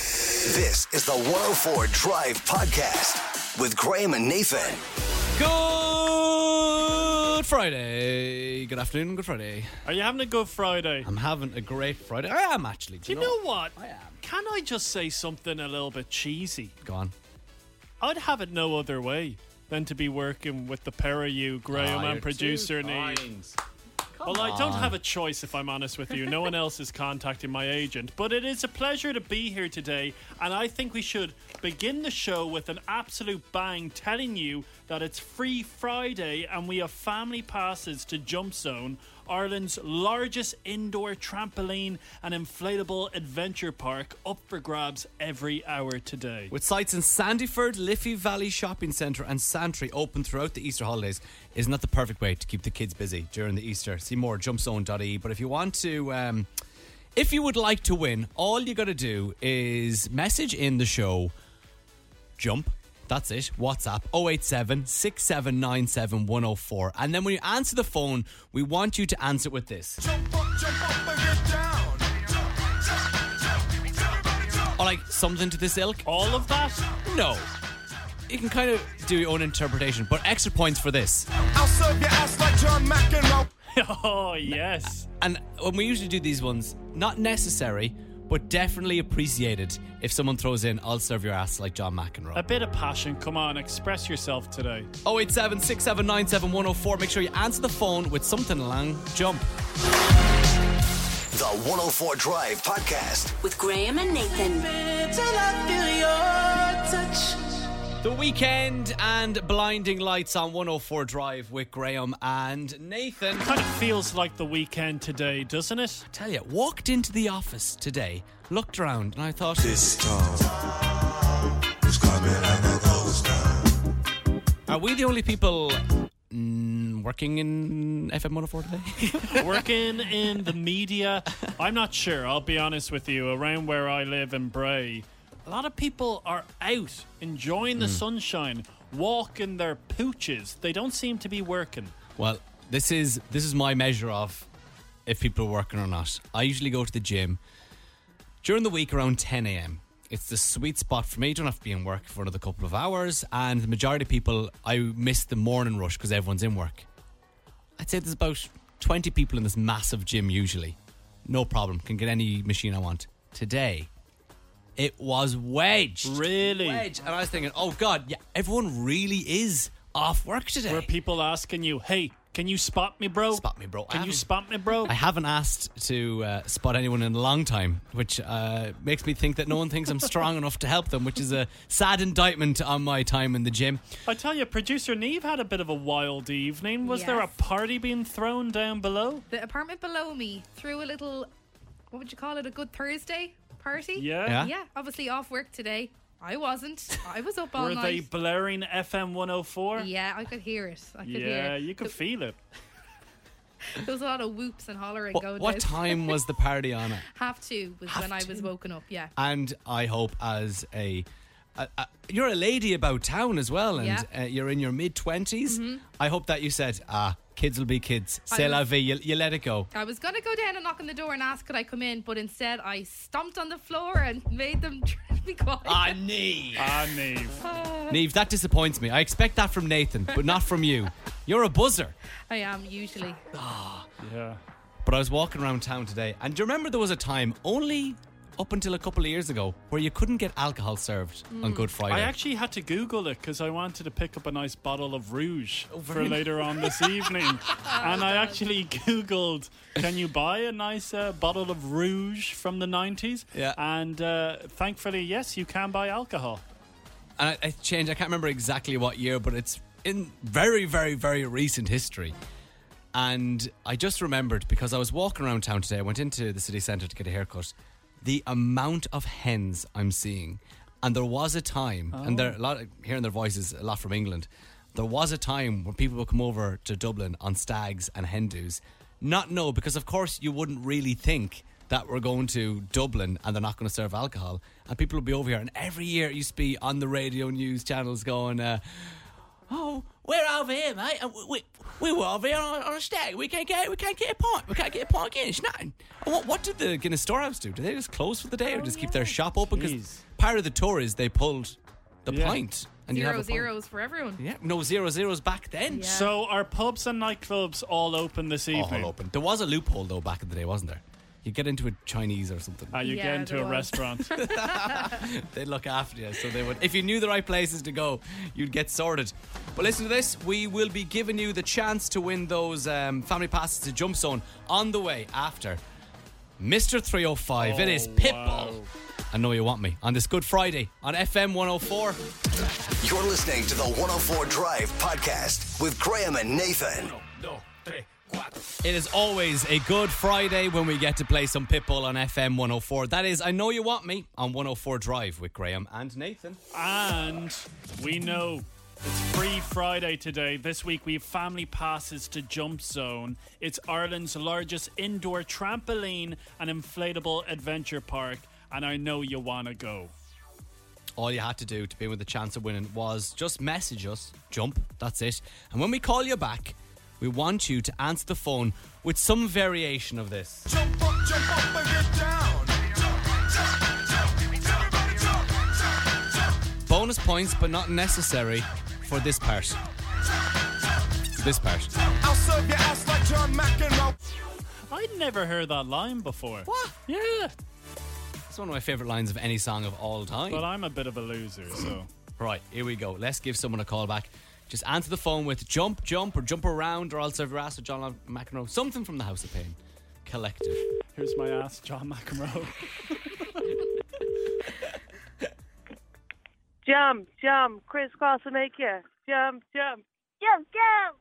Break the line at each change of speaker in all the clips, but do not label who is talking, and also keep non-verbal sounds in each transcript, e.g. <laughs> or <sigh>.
This is the 104 Drive Podcast with Graham and Nathan.
Good Friday. Good afternoon. Good Friday.
Are you having a good Friday?
I'm having a great Friday. I am actually.
Do you know what?
I am.
Can I just say something a little bit cheesy?
Go on.
I'd have it no other way than to be working with the pair of you, Graham
Ah, you're
and producer
too
Neve. Well, I don't have a choice if I'm honest with you. No one else is contacting my agent, but it is a pleasure to be here today, and I think we should begin the show with an absolute bang telling you that it's Free Friday and we have family passes to Jump Zone, Ireland's largest indoor trampoline and inflatable adventure park, up for grabs every hour today.
With sites in Sandyford, Liffey Valley Shopping Centre, and Santry open throughout the Easter holidays, isn't that the perfect way to keep the kids busy during the Easter? See more at jumpzone.ie. But if you want to. Um, if you would like to win, all you got to do is message in the show jump. That's it. WhatsApp 087 6797 104. And then when you answer the phone, we want you to answer with this. Or like something to this ilk?
All of that? <laughs>
No. You can kind of do your own interpretation, but extra points for this.
Oh, yes.
And when we usually do these ones, not necessary, but definitely appreciated if someone throws in, I'll serve your ass like John McEnroe. Oh,
A bit of passion. Come on, express yourself today.
087 6797 104. Make sure you answer the phone with something along jump.
The 104 Drive Podcast.
with Graham and Nathan.
The weekend and blinding lights on 104 Drive with Graham and Nathan.
Kind of feels like the weekend today, doesn't it?
tell you, walked into the office today, looked around, and I thought, are we the only people mm, working in FM 104 today?
Working in the media, I'm not sure. I'll be honest with you. Around where I live in Bray, a lot of people are out enjoying
Mm.
the sunshine, walking their pooches. They don't seem to be working.
<laughs> well, this is this is my measure of if people are working or not. I usually go to the gym during the week around 10 a.m. It's the sweet spot for me. Don't have to be in work for another couple of hours. And the majority of people, I miss the morning rush because everyone's in work. I'd say there's about 20 people in this massive gym usually. No problem. Can get any machine I want. Today, it was wedged.
Really?
Wedged. And I was thinking, oh God, yeah, everyone really is off work today.
Were people asking you, hey, can you spot me, bro?
Spot me, bro. I
Can you
haven't-
spot me, bro?
<laughs> I haven't asked to uh, spot anyone in a long time, which uh, makes me think that no one thinks I'm strong enough to help them, which is a sad indictment on my time in the gym.
I tell you, producer Neve had a bit of a wild evening. Was there a
Yes.
party being thrown down below?
The apartment below me threw a little, what would you call it, a good Thursday party?
Yeah.
Yeah.
Yeah, obviously off work today. I wasn't. I was
<laughs>
up all
Were they
night.
blaring FM 104?
yeah, I could hear it. I could hear
Yeah,
it.
you could feel it.
There was a lot of whoops and hollering
What,
going
what
down.
time was the party on it?
Half two was
Half
when I was
two?
woken up, yeah.
And I hope, as a, a, a you're a lady about town as well, and
Yeah.
uh, you're in your mid 20s, I hope that you said, ah, kids will be kids. C'est la
was-
vie. You, you let it go.
I was going to go down and knock on the door and ask could I come in, but instead I stomped on the floor and made them <laughs> be quiet.
Ah, Neve.
Ah,
<laughs>
Neve.
Neve, that disappoints me. I expect that from Nathan, but not from you. You're a buzzer.
I am usually.
Yeah.
But I was walking around town today, and do you remember there was a time only up until a couple of years ago where you couldn't get alcohol served on Good Friday?
I actually had to Google it because I wanted to pick up a nice bottle of rouge
Oh,
for later
<laughs>
on this evening, and I actually Googled, "Can you buy a nice uh, bottle of rouge from the 90s?"
Yeah.
And uh, thankfully, yes, you can buy alcohol.
and I, I changed. I can't remember exactly what year, but it's in very, very, very recent history. And I just remembered because I was walking around town today. I went into the city centre to get a haircut. The amount of hens I'm seeing, and there was a time, and there a lot of, hearing their voices a lot from England. There was a time when people would come over to Dublin on stags and hen do's, not know because of course you wouldn't really think that we're going to Dublin and they're not going to serve alcohol, and people would be over here. And every year it used to be on the radio news channels going. Uh, oh,
we're over here, mate. And we, we, we were over here on, on a stag. We can't get we can't get a pint. We can't get a pint of Guinness. Nothing.
And What, what did the Guinness Storehouse do? Did they just close for the day or just keep their
Oh,
shop open?
Jeez.
Because part of the tour is they pulled the
Yeah.
pint and you
Zero
have a pint.
zeros for everyone.
Yeah, no zero zeros back then.
Yeah.
So are pubs and nightclubs all open this evening?
All open. There was a loophole though back in the day, wasn't there? You get into a Chinese or something.
Ah, you
Yeah,
get into
there
a
<laughs>
was.
restaurant.
They'd look after you, so they would. If you knew the right places to go, you'd get sorted. But listen to this: we will be giving you the chance to win those um, family passes to Jump Zone on the way after Mister 305. it is
Oh,
Pitbull.
wow.
I know you want me on this Good Friday on FM 104.
You're listening to the 104 Drive Podcast with Graham and Nathan.
It is always a good Friday when we get to play some Pitbull on FM 104. That is, I know you want me on 104 Drive with Graham and Nathan.
and we know it's Free Friday today. This week we have family passes to Jump Zone. It's Ireland's largest indoor trampoline and inflatable adventure park. And I know you want to go.
All you had to do to be with the chance of winning was just message us, jump, that's it. And when we call you back, we want you to answer the phone with some variation of this.
Jump up, jump up and get down. Jump, jump, jump. Everybody jump, jump, jump.
Bonus points, but not necessary for this part. This part.
I'll serve your ass like John McEnroe.
I'd never heard that line before.
What?
Yeah.
It's one of my favorite lines of any song of all time.
But I'm a bit of a loser, so.
Right, here we go. Let's give someone a call back. Just answer the phone with jump, jump, or jump around, or I'll serve your ass with John McEnroe. Something from the House of Pain. Collective.
Here's my ass, John McEnroe.
Jump, jump, crisscross and make you. Jump, jump. Jump, jump.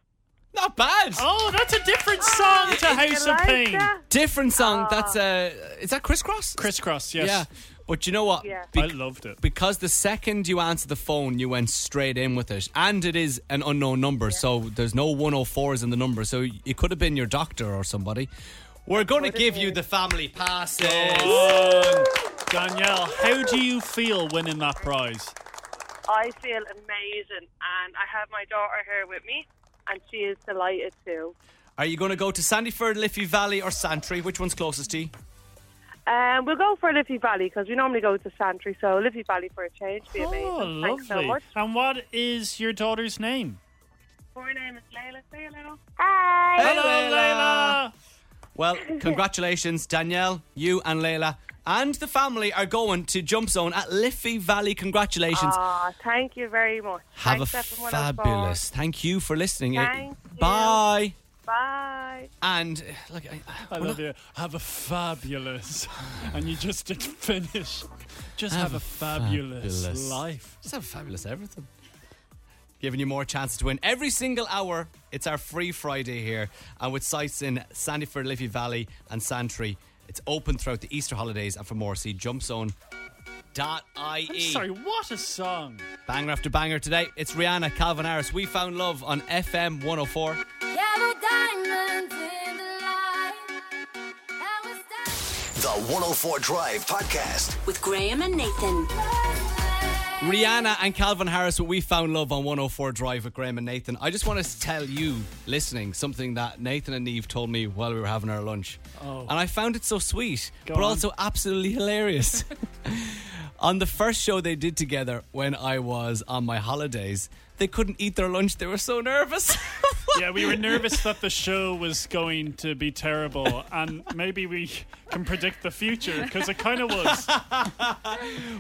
Not bad!
Oh, that's a different song to House of Pain.
Different song. That's uh is that crisscross?
Crisscross, yes.
Yeah. But you know what?
Yeah.
Be-
I loved it.
because the second you answer the phone, you went straight in with it. And it is an unknown number, so there's no 104s in the number. So it could have been your doctor or somebody. We're going to give you the family passes.
Um, Danielle, how do you feel winning that prize?
I feel amazing, and I have my daughter here with me, and she is delighted too.
Are you going to go to Sandyford, Liffey Valley, or Santry? Which one's closest to you?
Um, we'll go for Liffey Valley because we normally go to Santry, so Liffey Valley for a change. Be amazing.
Oh,
Thanks so
lovely.
much.
and what is your daughter's name?
My name is Layla. Say hello.
Hello, Layla.
<laughs>
Well, congratulations, Danielle, you and Layla. And the family are going to Jump Zone at Liffey Valley. Congratulations.
Ah, thank you very much.
Have
Thanks,
a
FM104.
fabulous. Thank you for listening.
Thank you.
Bye.
Bye.
And uh, look, I,
I love you. Have a fabulous. <laughs> And you just did finish. Just have, a fabulous,
fabulous.
life.
Just have fabulous everything. Giving you more chances to win every single hour. It's our free Friday here, and with sites in Sandyford, Liffey Valley, and Santry, it's open throughout the Easter holidays. And for more, see
I'm
jumpzone.ie.
sorry, what a song.
E. Banger after banger today. It's Rihanna, Calvin Harris. We found love on FM 104.
The 104 Drive Podcast.
With Graham and Nathan.
Rihanna and Calvin Harris with We Found Love on 104 Drive with Graham and Nathan. I just want to tell you, listening, something that Nathan and Eve told me while we were having our lunch. Oh. And I found it so sweet, but
on.
also absolutely hilarious. on the first show they did together when I was on my holidays, they couldn't eat their lunch. They were so nervous.
Yeah, we were nervous that the show was going to be terrible, and maybe we can predict the future because it kind of was.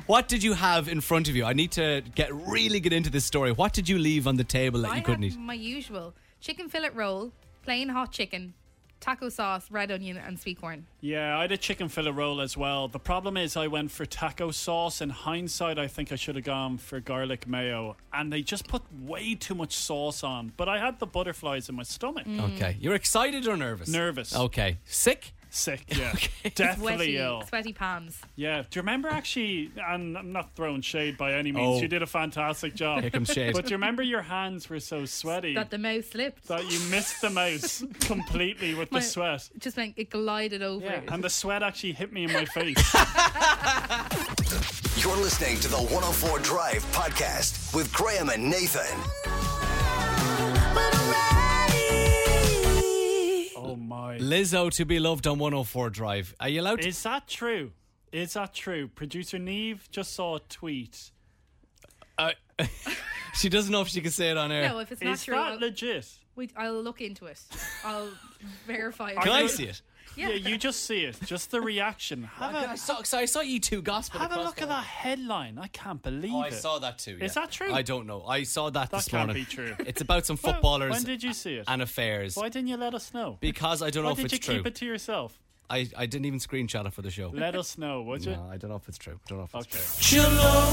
what did you have in front of you? I need to get really get into this story. What did you leave on the table that
I
you couldn't
had
eat?
my usual chicken fillet roll, plain hot chicken, taco sauce, red onion, and sweet corn.
Yeah, I had a chicken fillet roll as well. The problem is, I went for taco sauce. In hindsight, I think I should have gone for garlic mayo, and they just put way too much sauce on. But I had the butterflies in my stomach.
Okay, you're excited or nervous?
Nervous.
Okay, sick.
Sick, yeah, <laughs> definitely
Sweaty,
ill.
sweaty palms.
Yeah, do you remember actually? And I'm not throwing shade by any means.
Oh.
You did a fantastic job.
Here
<laughs>
comes shade.
But do you remember your hands were so sweaty?
That the mouse slipped.
that you missed the mouse completely with the
My-
sweat.
Just went, it glided over.
Yeah. And the sweat actually hit me in my face.
You're oh listening to the 104 Drive Podcast with Graham and Nathan.
way.
Lizzo to be loved on 104 Drive. Are you allowed to?
Is that true? Is that true? Producer Neve just saw a tweet.
she doesn't know if she can say it on air.
No, if it's not
Is
true, I'll,
that legit?
we, I'll look into it.
<laughs>
I'll verify it.
can I
you-
see it?
Yeah.
Yeah, you just see it. Just the reaction. Have a,
I saw, so I saw you two gossiping.
have a
across
look
the
at that headline. I can't believe
Oh, I
it.
saw that too.
Is
yeah.
that true?
I don't know. I saw that,
That
this
can't
morning.
be true.
<laughs> It's about some
Well,
footballers
When did you see it?
and affairs.
Why didn't you let us know?
Because I don't know
Why
if
did
it's
you
true.
keep it to yourself?
I, I didn't even screenshot it for the show.
Let us know, would you?
<laughs> No, I don't know if it's true. don't know if it's
Okay.
Shalom.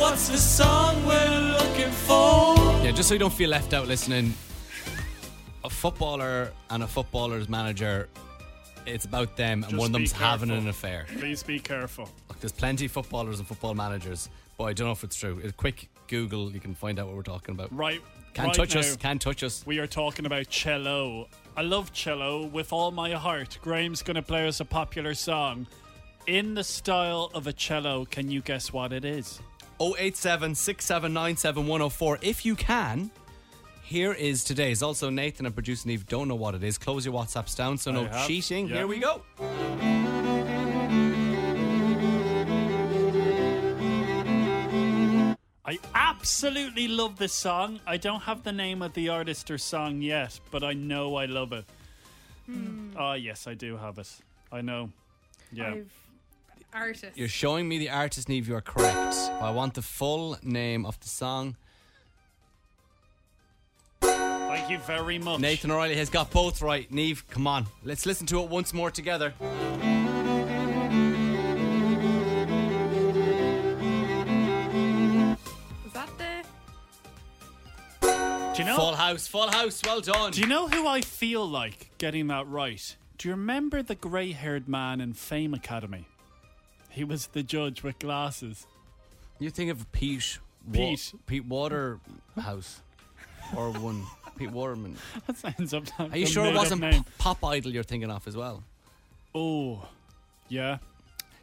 What's the song we're looking for?
true. Yeah, just so you don't feel left out listening, a footballer and a footballer's manager, it's about them, and
Just
one of
be
them's having
careful.
an affair.
Please be careful.
Look, there's plenty of footballers and football managers, but I don't know if it's true. A quick Google, you can find out what we're talking about.
Right.
Can't
right
touch
now,
us. Can't touch us.
We are talking about cello. I love cello with all my heart. Graham's going to play us a popular song. In the style of a cello, can you guess what it is?
087 If you can, here is today's. Also, Nathan and producer Neve don't know what it is. Close your WhatsApps down so no
have.
cheating.
Yeah.
Here we go.
I absolutely love this song. I don't have the name of the artist or song yet, but I know I love it. Ah, yes, I do have it. I know. Yeah.
I've- Artist.
You're showing me the artist, Neve. You are correct. I want the full name of the song.
Thank you very much.
Nathan O'Reilly has got both right. Neve, come on. Let's listen to it once more together.
Is that the?
do you know?
Full house, full house. Well done.
Do you know who I feel like getting that right? Do you remember the grey haired man in Fame Academy? He was the judge with glasses. <laughs>
You think of Pete. Wa-
Pete.
Pete Waterhouse. Or one. Pete Waterman.
That sounds up like
Are you
a
sure it
made-up
wasn't
name.
Pop Idol you're thinking of as well?
Oh, yeah.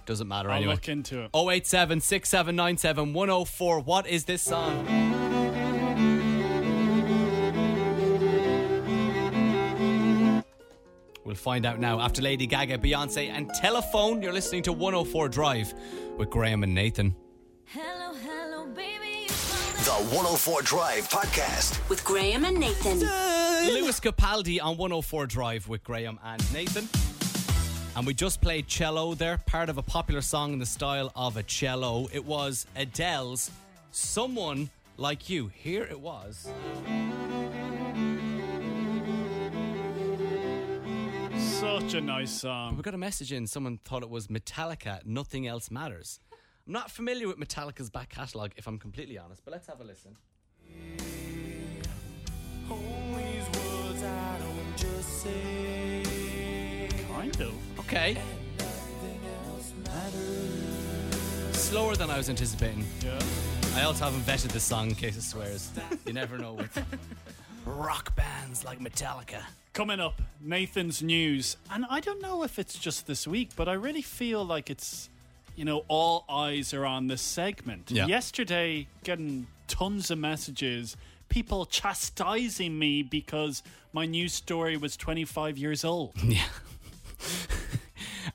Doesn't matter
I'll
anyway.
look into it.
087 6797 104. What is this song? We'll find out now after Lady Gaga, Beyonce, and Telephone. You're listening to 104 Drive with Graham and Nathan.
Hello, hello, baby.
The 104 Drive Podcast.
With Graham and Nathan.
Lewis Capaldi on 104 Drive with Graham and Nathan. And we just played cello there, part of a popular song in the style of a cello. It was Adele's Someone Like You. Here it was.
Such a nice
We
song.
got a message in. Someone thought it was Metallica. Nothing else matters. I'm not familiar with Metallica's back catalogue, if I'm completely honest. But let's have a listen.
Kind of.
Okay. Slower than I was anticipating.
Yeah.
I also haven't vetted this song in case it swears. You never know with rock bands like Metallica.
Coming up, Nathan's news. And I don't know if it's just this week, but I really feel like it's, you know, all eyes are on this segment.
Yeah.
Yesterday, getting tons of messages, people chastising me because my news story was 25 years old.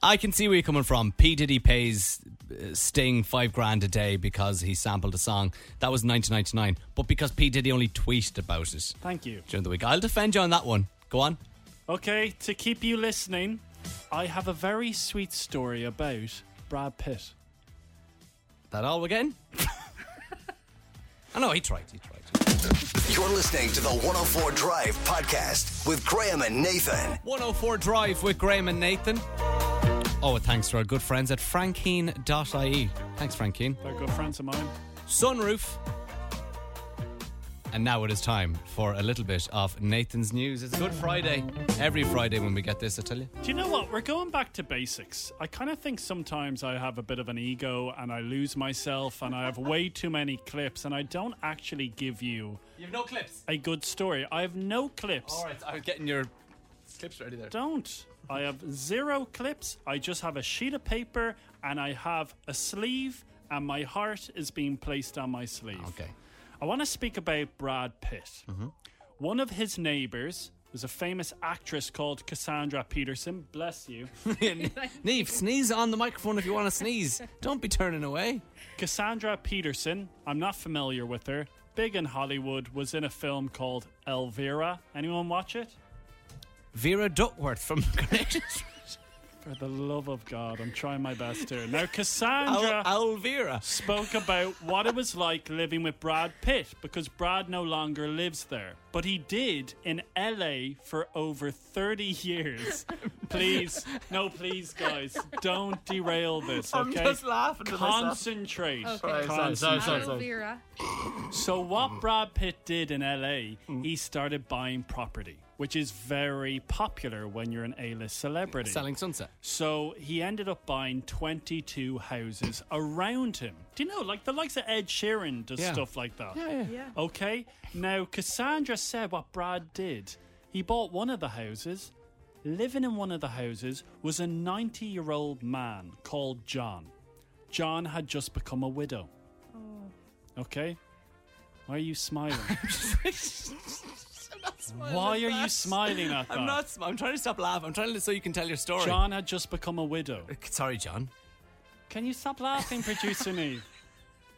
I can see where you're coming from. P. Diddy pays uh, Sting five grand a day because he sampled a song. That was 1999. But because P. Diddy only tweeted about it
Thank you.
during the week. I'll defend you on that one. Go on.
Okay, to keep you listening, I have a very sweet story about Brad Pitt.
That all again? <laughs> I know, he tried. He tried.
You're listening to the 104 Drive Podcast with Graham and Nathan.
104 Drive with Graham and Nathan. Oh, and thanks to our good friends at frankeen.ie. E. Thanks, Frankeen.
They're good friends of mine.
sunroof. And now it is time for a little bit of Nathan's news. It's Good Friday. Every Friday when we get this, I tell you.
Do you know what? We're going back to basics. I kind of think sometimes I have a bit of an ego and I lose myself and I have
<laughs>
way too many clips and I don't actually give you
You've no clips.
a good story. I have no clips.
All right, I was getting your clips ready there.
Don't. I have zero clips. I just have a sheet of paper and I have a sleeve and my heart is being placed on my sleeve.
Okay. Mm-hmm.
I want to speak about Brad Pitt. One of his neighbors was a famous actress called Cassandra Peterson. Bless you.
Neve, sneeze on the microphone if you want to sneeze. Don't be turning away.
Cassandra Peterson, I'm not familiar with her. Big in Hollywood, was in a film called Elvira. Anyone watch it?
Vera Duckworth from <laughs> Connections.
For the love of God, I'm trying my best
<laughs>
here. Now,
Al-
Cassandra
Alvira.
spoke about what it was like living with Brad Pitt because Brad no longer lives there. But he did in LA for over
<laughs>
30 years. Please, no, please, guys, don't derail this,
I'm
okay?
just laughing to myself.
Concentrate.
Okay.
Sorry,
Oh,
sorry, sorry,
Aloe
sorry.
vera.
So what Brad Pitt did in LA, he started buying property, which is very popular when you're an A-list celebrity.
Selling Sunset.
So he ended up buying 22 houses around him. Do you know, like the likes of Ed Sheeran does
Yeah.
stuff like that. Okay. Now Cassandra said what Brad did. He bought one of the houses. Living in one of the houses was a 90-year-old man called John. John had just become a widow.
Oh.
Okay. Why are you smiling?
<laughs>
Why are you smiling at that?
I'm not. sm- I'm trying to stop laughing. I'm trying to so you can tell your story.
John had just become a widow.
Sorry, John.
Can you stop laughing, producer Neve?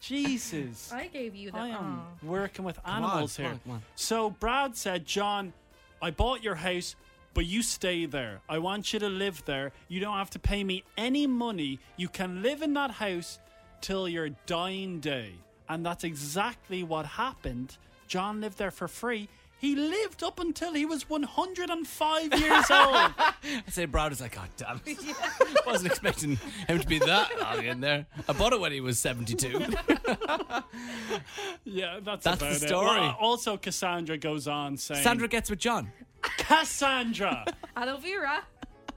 Jesus.
I gave you the.
I am
aw.
working with
on,
animals
come
here.
on, come on.
So Brad said, John, I bought your house, but you stay there. I want you to live there. You don't have to pay me any money. You can live in that house till your dying day. And that's exactly what happened. John lived there for free. He lived up until he was 105 years old.
I say Brad is like, God damn it. <laughs> Wasn't expecting him to be that long in there. I bought it when he was
<laughs>
72.
yeah, that's,
That's the
about it.
story.
Well, also, Cassandra goes on saying,
Sandra gets with John. <laughs>
Cassandra.
oh. Aloe vera.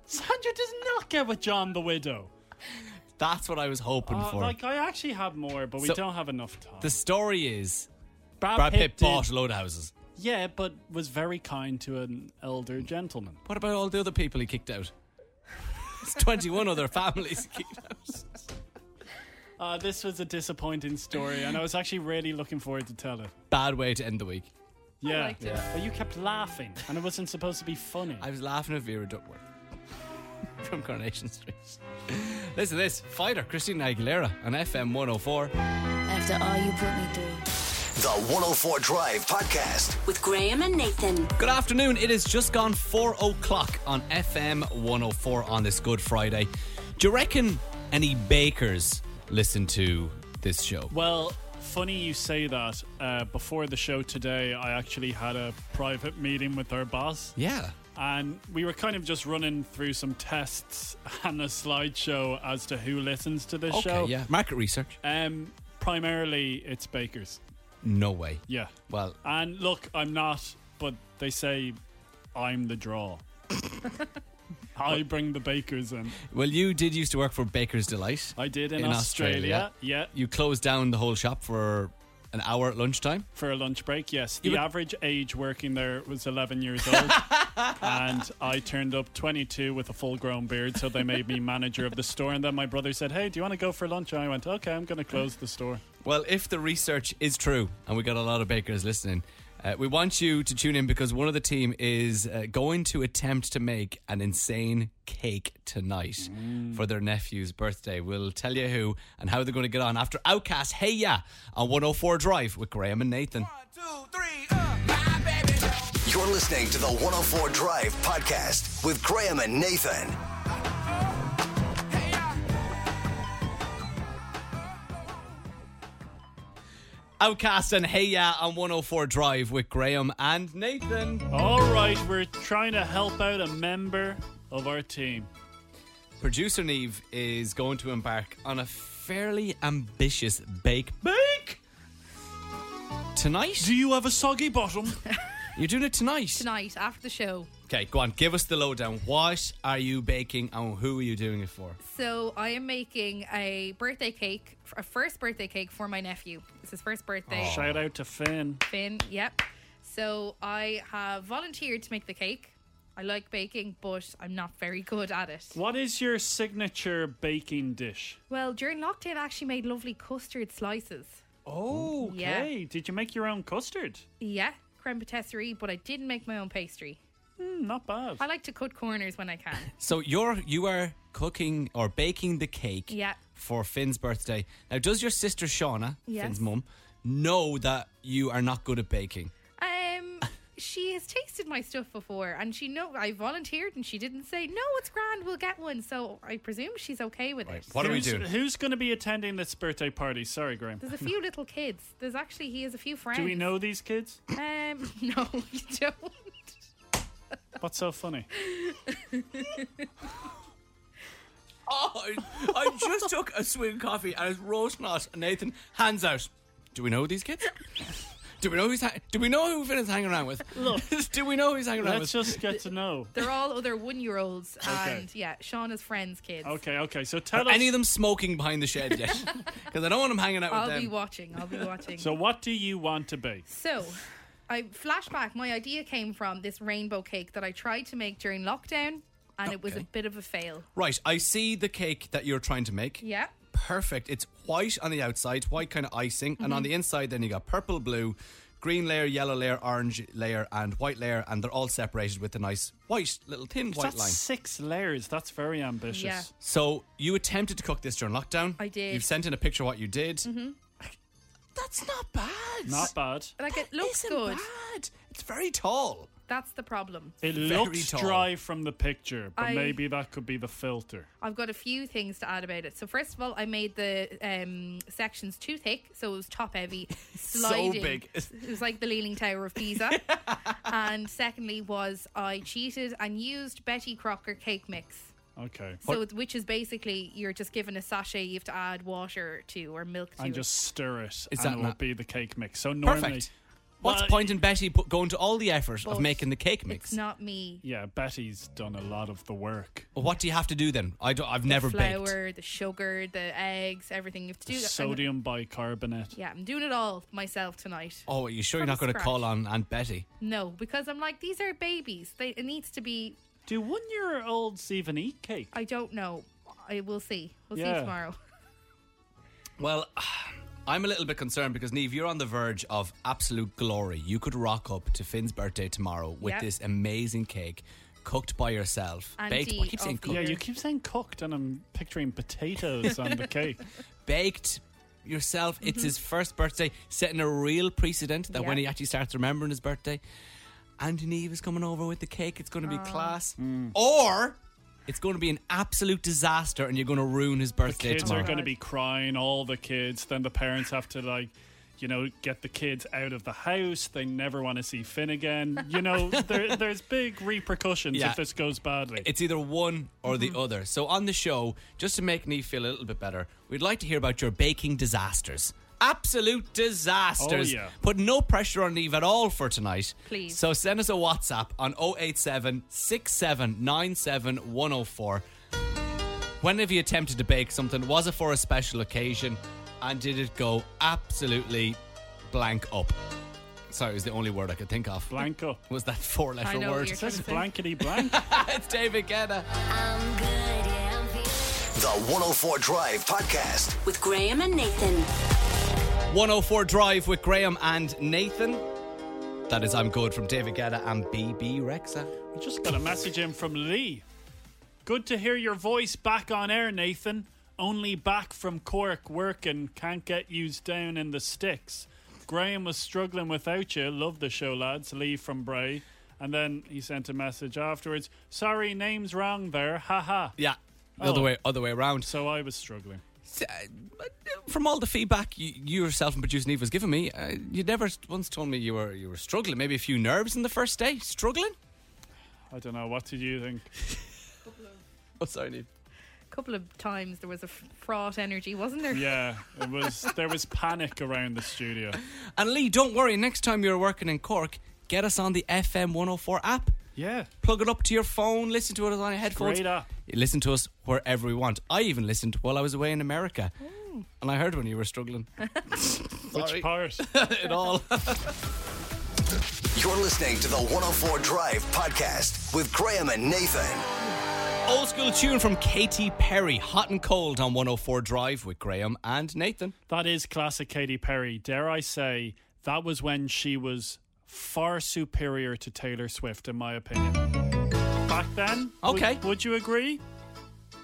Sandra does not get with John the Widow.
That's what I was hoping
Uh,
for.
like I actually have more, but we
So-
don't have enough time.
the story is
Brad,
Brad Pitt
did-
bought a load of houses.
yeah, but was very kind to an elder gentleman.
What about all the other people he kicked out? It's 21 other families he kicked out.
Uh, this was a disappointing story, and I was actually really looking forward to tell it.
Bad way to end the week.
Yeah,
liked it.
but you kept laughing, and it wasn't supposed to be funny.
I was laughing at Vera Duckworth <laughs> from Coronation Street. Listen to this fighter, Christina Aguilera on FM 104.
After all you put me through.
The 104 Drive Podcast.
With Graham and Nathan.
Good afternoon. It is just gone four o'clock on FM 104 on this Good Friday. Do you reckon any bakers listen to this show?
Well, funny you say that. Uh, before the show today, I actually had a private meeting with our boss.
Yeah.
and we were kind of just running through some tests <laughs> and a slideshow as to who listens to this
Okay,
show.
yeah. Market research?
Um, primarily, it's bakers.
No way.
Yeah.
Well,
And look, I'm not, but they say I'm the draw. I bring the bakers in.
well, you did used to work for Baker's Delight.
I did
In
in,
Australia.
Yeah,
You closed down the whole shop for an hour at lunchtime.
for a lunch break. Yes, the
You would-
average age working there was 11 <laughs> years old, and I turned up 22 with a full-grown beard. So they made me manager of the store. And then my brother said, "Hey, do you want to go for lunch?" And I went, "Okay, I'm going to close the store."
Well, if the research is true, and we got a lot of bakers listening, uh, we want you to tune in because one of the team is uh, going to attempt to make an insane cake tonight for their nephew's birthday. We'll tell you who and how they're going to get on after Outcast Hey Ya on 104 Drive with Graham and Nathan. uh.
You're listening to the 104 Drive Podcast with Graham and Nathan.
Outcast and Hey Ya on 104 Drive with Graham and Nathan.
All right, we're trying to help out a member of our team.
Producer Neve is going to embark on a fairly ambitious bake bake tonight.
Do you have a soggy bottom?
You're doing it tonight.
Tonight after the show.
Okay, go on. Give us the lowdown. What are you baking and who are you doing it for?
So I am making a birthday cake, a first birthday cake for my nephew. It's his first
Oh.
birthday.
<laughs> Shout out to Finn.
Finn. Yep. So I have volunteered to make the cake. I like baking, but I'm not very good at it.
What is your signature baking dish?
Well, during lockdown, I actually made lovely custard slices.
Oh,
Yeah.
okay. Did you make your own custard?
Yeah, creme patisserie, but I didn't make my own pastry.
Hmm, Not bad.
I like to cut corners when
<laughs>
I can.
So you're you are cooking or baking the cake
Yeah.
for Finn's birthday. Now, does your sister Shauna,
Yes.
Finn's mum, know that you are not good at baking?
Um, she has tasted my stuff before, and she know I volunteered, and she didn't say no. It's grand. We'll get one. So I presume she's okay with it.
What are we
who's,
doing?
Who's going to be attending this birthday party? Sorry, Graham.
There's
<laughs>
a few little kids. There's actually he has a few friends.
Do we know these kids?
Um, <laughs> no, you don't.
What's
<laughs>
so funny?
<laughs> Oh, I just took a swig of coffee and it's roast not. Nathan, hands out. Do we know these kids? Do we know who's? Ha- do we know who Finn is hanging around with?
Look.
<laughs> do we know who's hanging around
Let's
with?
just get to know.
They're all
<laughs>
other one-year-olds,
Okay.
and yeah, Shauna's friends' kids.
Okay, okay. So
Are
tell us.
any of them smoking behind the shed <laughs> yet? Because I don't want them hanging out
I'll
with them.
be watching.
<laughs>
I'll be watching.
so what do you want to be?
So, I flashback. My idea came from this rainbow cake that I tried to make during lockdown, and it was a
Okay.
bit of a fail.
right, I see the cake that you're trying to make.
Yeah.
perfect. It's white on the outside, white kind of icing, and
Mm-hmm.
on the inside, then you got purple, blue, green layer, yellow layer, orange layer, and white layer, and they're all separated with a nice white little thin white
That's
line.
six layers. That's very ambitious.
Yeah.
So you attempted to cook this during lockdown.
I did. Mm-hmm.
You've sent in a picture of what you did. That's not bad.
Not bad.
Like it
That
looks
isn't
good.
Bad. It's very tall.
That's the problem.
It
Very
looks
tall.
dry from the picture, but
I-
maybe that could be the filter.
I've got a few things to add about it. So first of all, I made the um, sections too thick, so it was
<laughs>
top heavy, sliding.
big.
It was like the Leaning Tower
<laughs>
of Pisa. and secondly, was I cheated and used Betty Crocker cake mix.
Okay.
So it- which is basically you're just given a sachet you have to add water to or milk to.
and
it.
just stir it,
Is
and
that
it will
not-
be the cake mix. So normally,
Perfect. What's
Well, uh,
point in Betty put, going to all the effort of
But
making the cake mix?
it's not me.
yeah, Betty's done a lot of the work.
Well, what do you have to do then? I don't, I've never
the
baked.
flour, the sugar, the eggs, everything you have to do. I'm-
Sodium bicarbonate.
yeah, I'm doing it all myself tonight.
Oh, are you sure you're
From
not going to
scratch.
call on Aunt Betty?
No, because I'm like these are babies. They, it needs to be
Do one-year-olds even eat cake?
I don't know. I will see. We'll
Yeah.
see tomorrow. <laughs>
Well, <sighs> I'm a little bit concerned because Neve, you're on the verge of absolute glory. You could rock up to Finn's birthday tomorrow with
Yep.
this amazing cake cooked by yourself,
And
baked.
the
I keep saying
of
cooked,
Yeah,
Here.
you keep saying cooked, and I'm picturing potatoes on <laughs> the cake.
baked yourself. It's his first birthday, setting a real precedent that when
Yeah.
he actually starts remembering his birthday, Auntie Neve is coming over with the cake. It's going to be class,
Mm.
or it's going to be an absolute disaster, and you're going to ruin his
The
birthday
kids
tomorrow.
are going to
God.
be crying. All the kids. Then the parents have to like. You know, get the kids out of the house. They never want to see Finn again. You know, there, there's big repercussions
Yeah.
if this goes badly.
It's either one or
Mm-hmm.
the other. So on the show, just to make me feel a little bit better, we'd like to hear about your baking disasters. Absolute disasters.
Oh, yeah.
Put no pressure on Eve at all for tonight.
Please.
So send us a WhatsApp on 087 6797 104. When have you attempted to bake something? Was it for a special occasion? And did it go absolutely blank up? Sorry, it was the only word I could think of.
Blanco.
Was that four letter
I know what
word? <laughs>
you're
Says blankety blank.
it's David Guetta.
I'm good, yeah, I'm feeling.
The 104 Drive Podcast.
With Graham and Nathan.
104 Drive with Graham and Nathan. That is I'm Good from David Guetta and BB Rexa.
I just got a message in from Lee. Good to hear your voice back on air, Nathan. Only back from Cork working, can't get used down in the sticks. Graham was struggling without you. Love the show, lads. Lee from Bray. And then he sent a message afterwards. Sorry, name's wrong there. Ha ha.
Yeah. The
Oh.
other way other way around.
So I was struggling.
So, uh, but, uh, From all the feedback you, you yourself and producer Neve was giving me, uh, you never once told me you were you were struggling. Maybe a few nerves in the first day. Struggling?
I don't know. What did you think?
Oh, sorry, Neve.
A couple of times there was a f- fraught energy, wasn't there?
Yeah, it was. there was panic around the studio.
And Lee, don't worry. Next time you're working in Cork, get us on the FM 104 app.
Yeah.
Plug it up to your phone. Listen to it on your headphones.
Great app.
You listen to us wherever we want. I even listened while I was away in America, and I heard when you were struggling. Sorry.
Which part?
at all.
You're listening to the 104 Drive Podcast with Graham and Nathan.
Old school tune from Katy Perry, Hot and Cold on 104 Drive with Graham and Nathan.
That is classic Katy Perry. Dare I say, that was when she was far superior to Taylor Swift, in my opinion. Back then, would-
Okay.
would, you agree?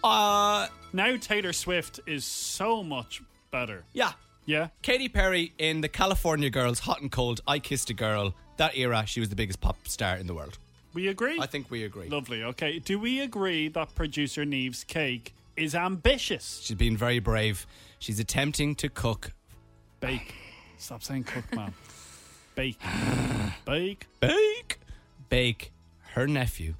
Uh,
Now Taylor Swift is so much better.
yeah.
Yeah,
Katy Perry in the California Girls, Hot and Cold, I Kissed a Girl. That era, she was the biggest pop star in the world.
we agree.
I think we agree.
lovely. Okay, do we agree that producer Neve's cake is ambitious?
She's been very brave. She's attempting to cook.
Bake. Stop saying cook, man.
<sighs>
Bake. Bake.
Bake! Bake her nephew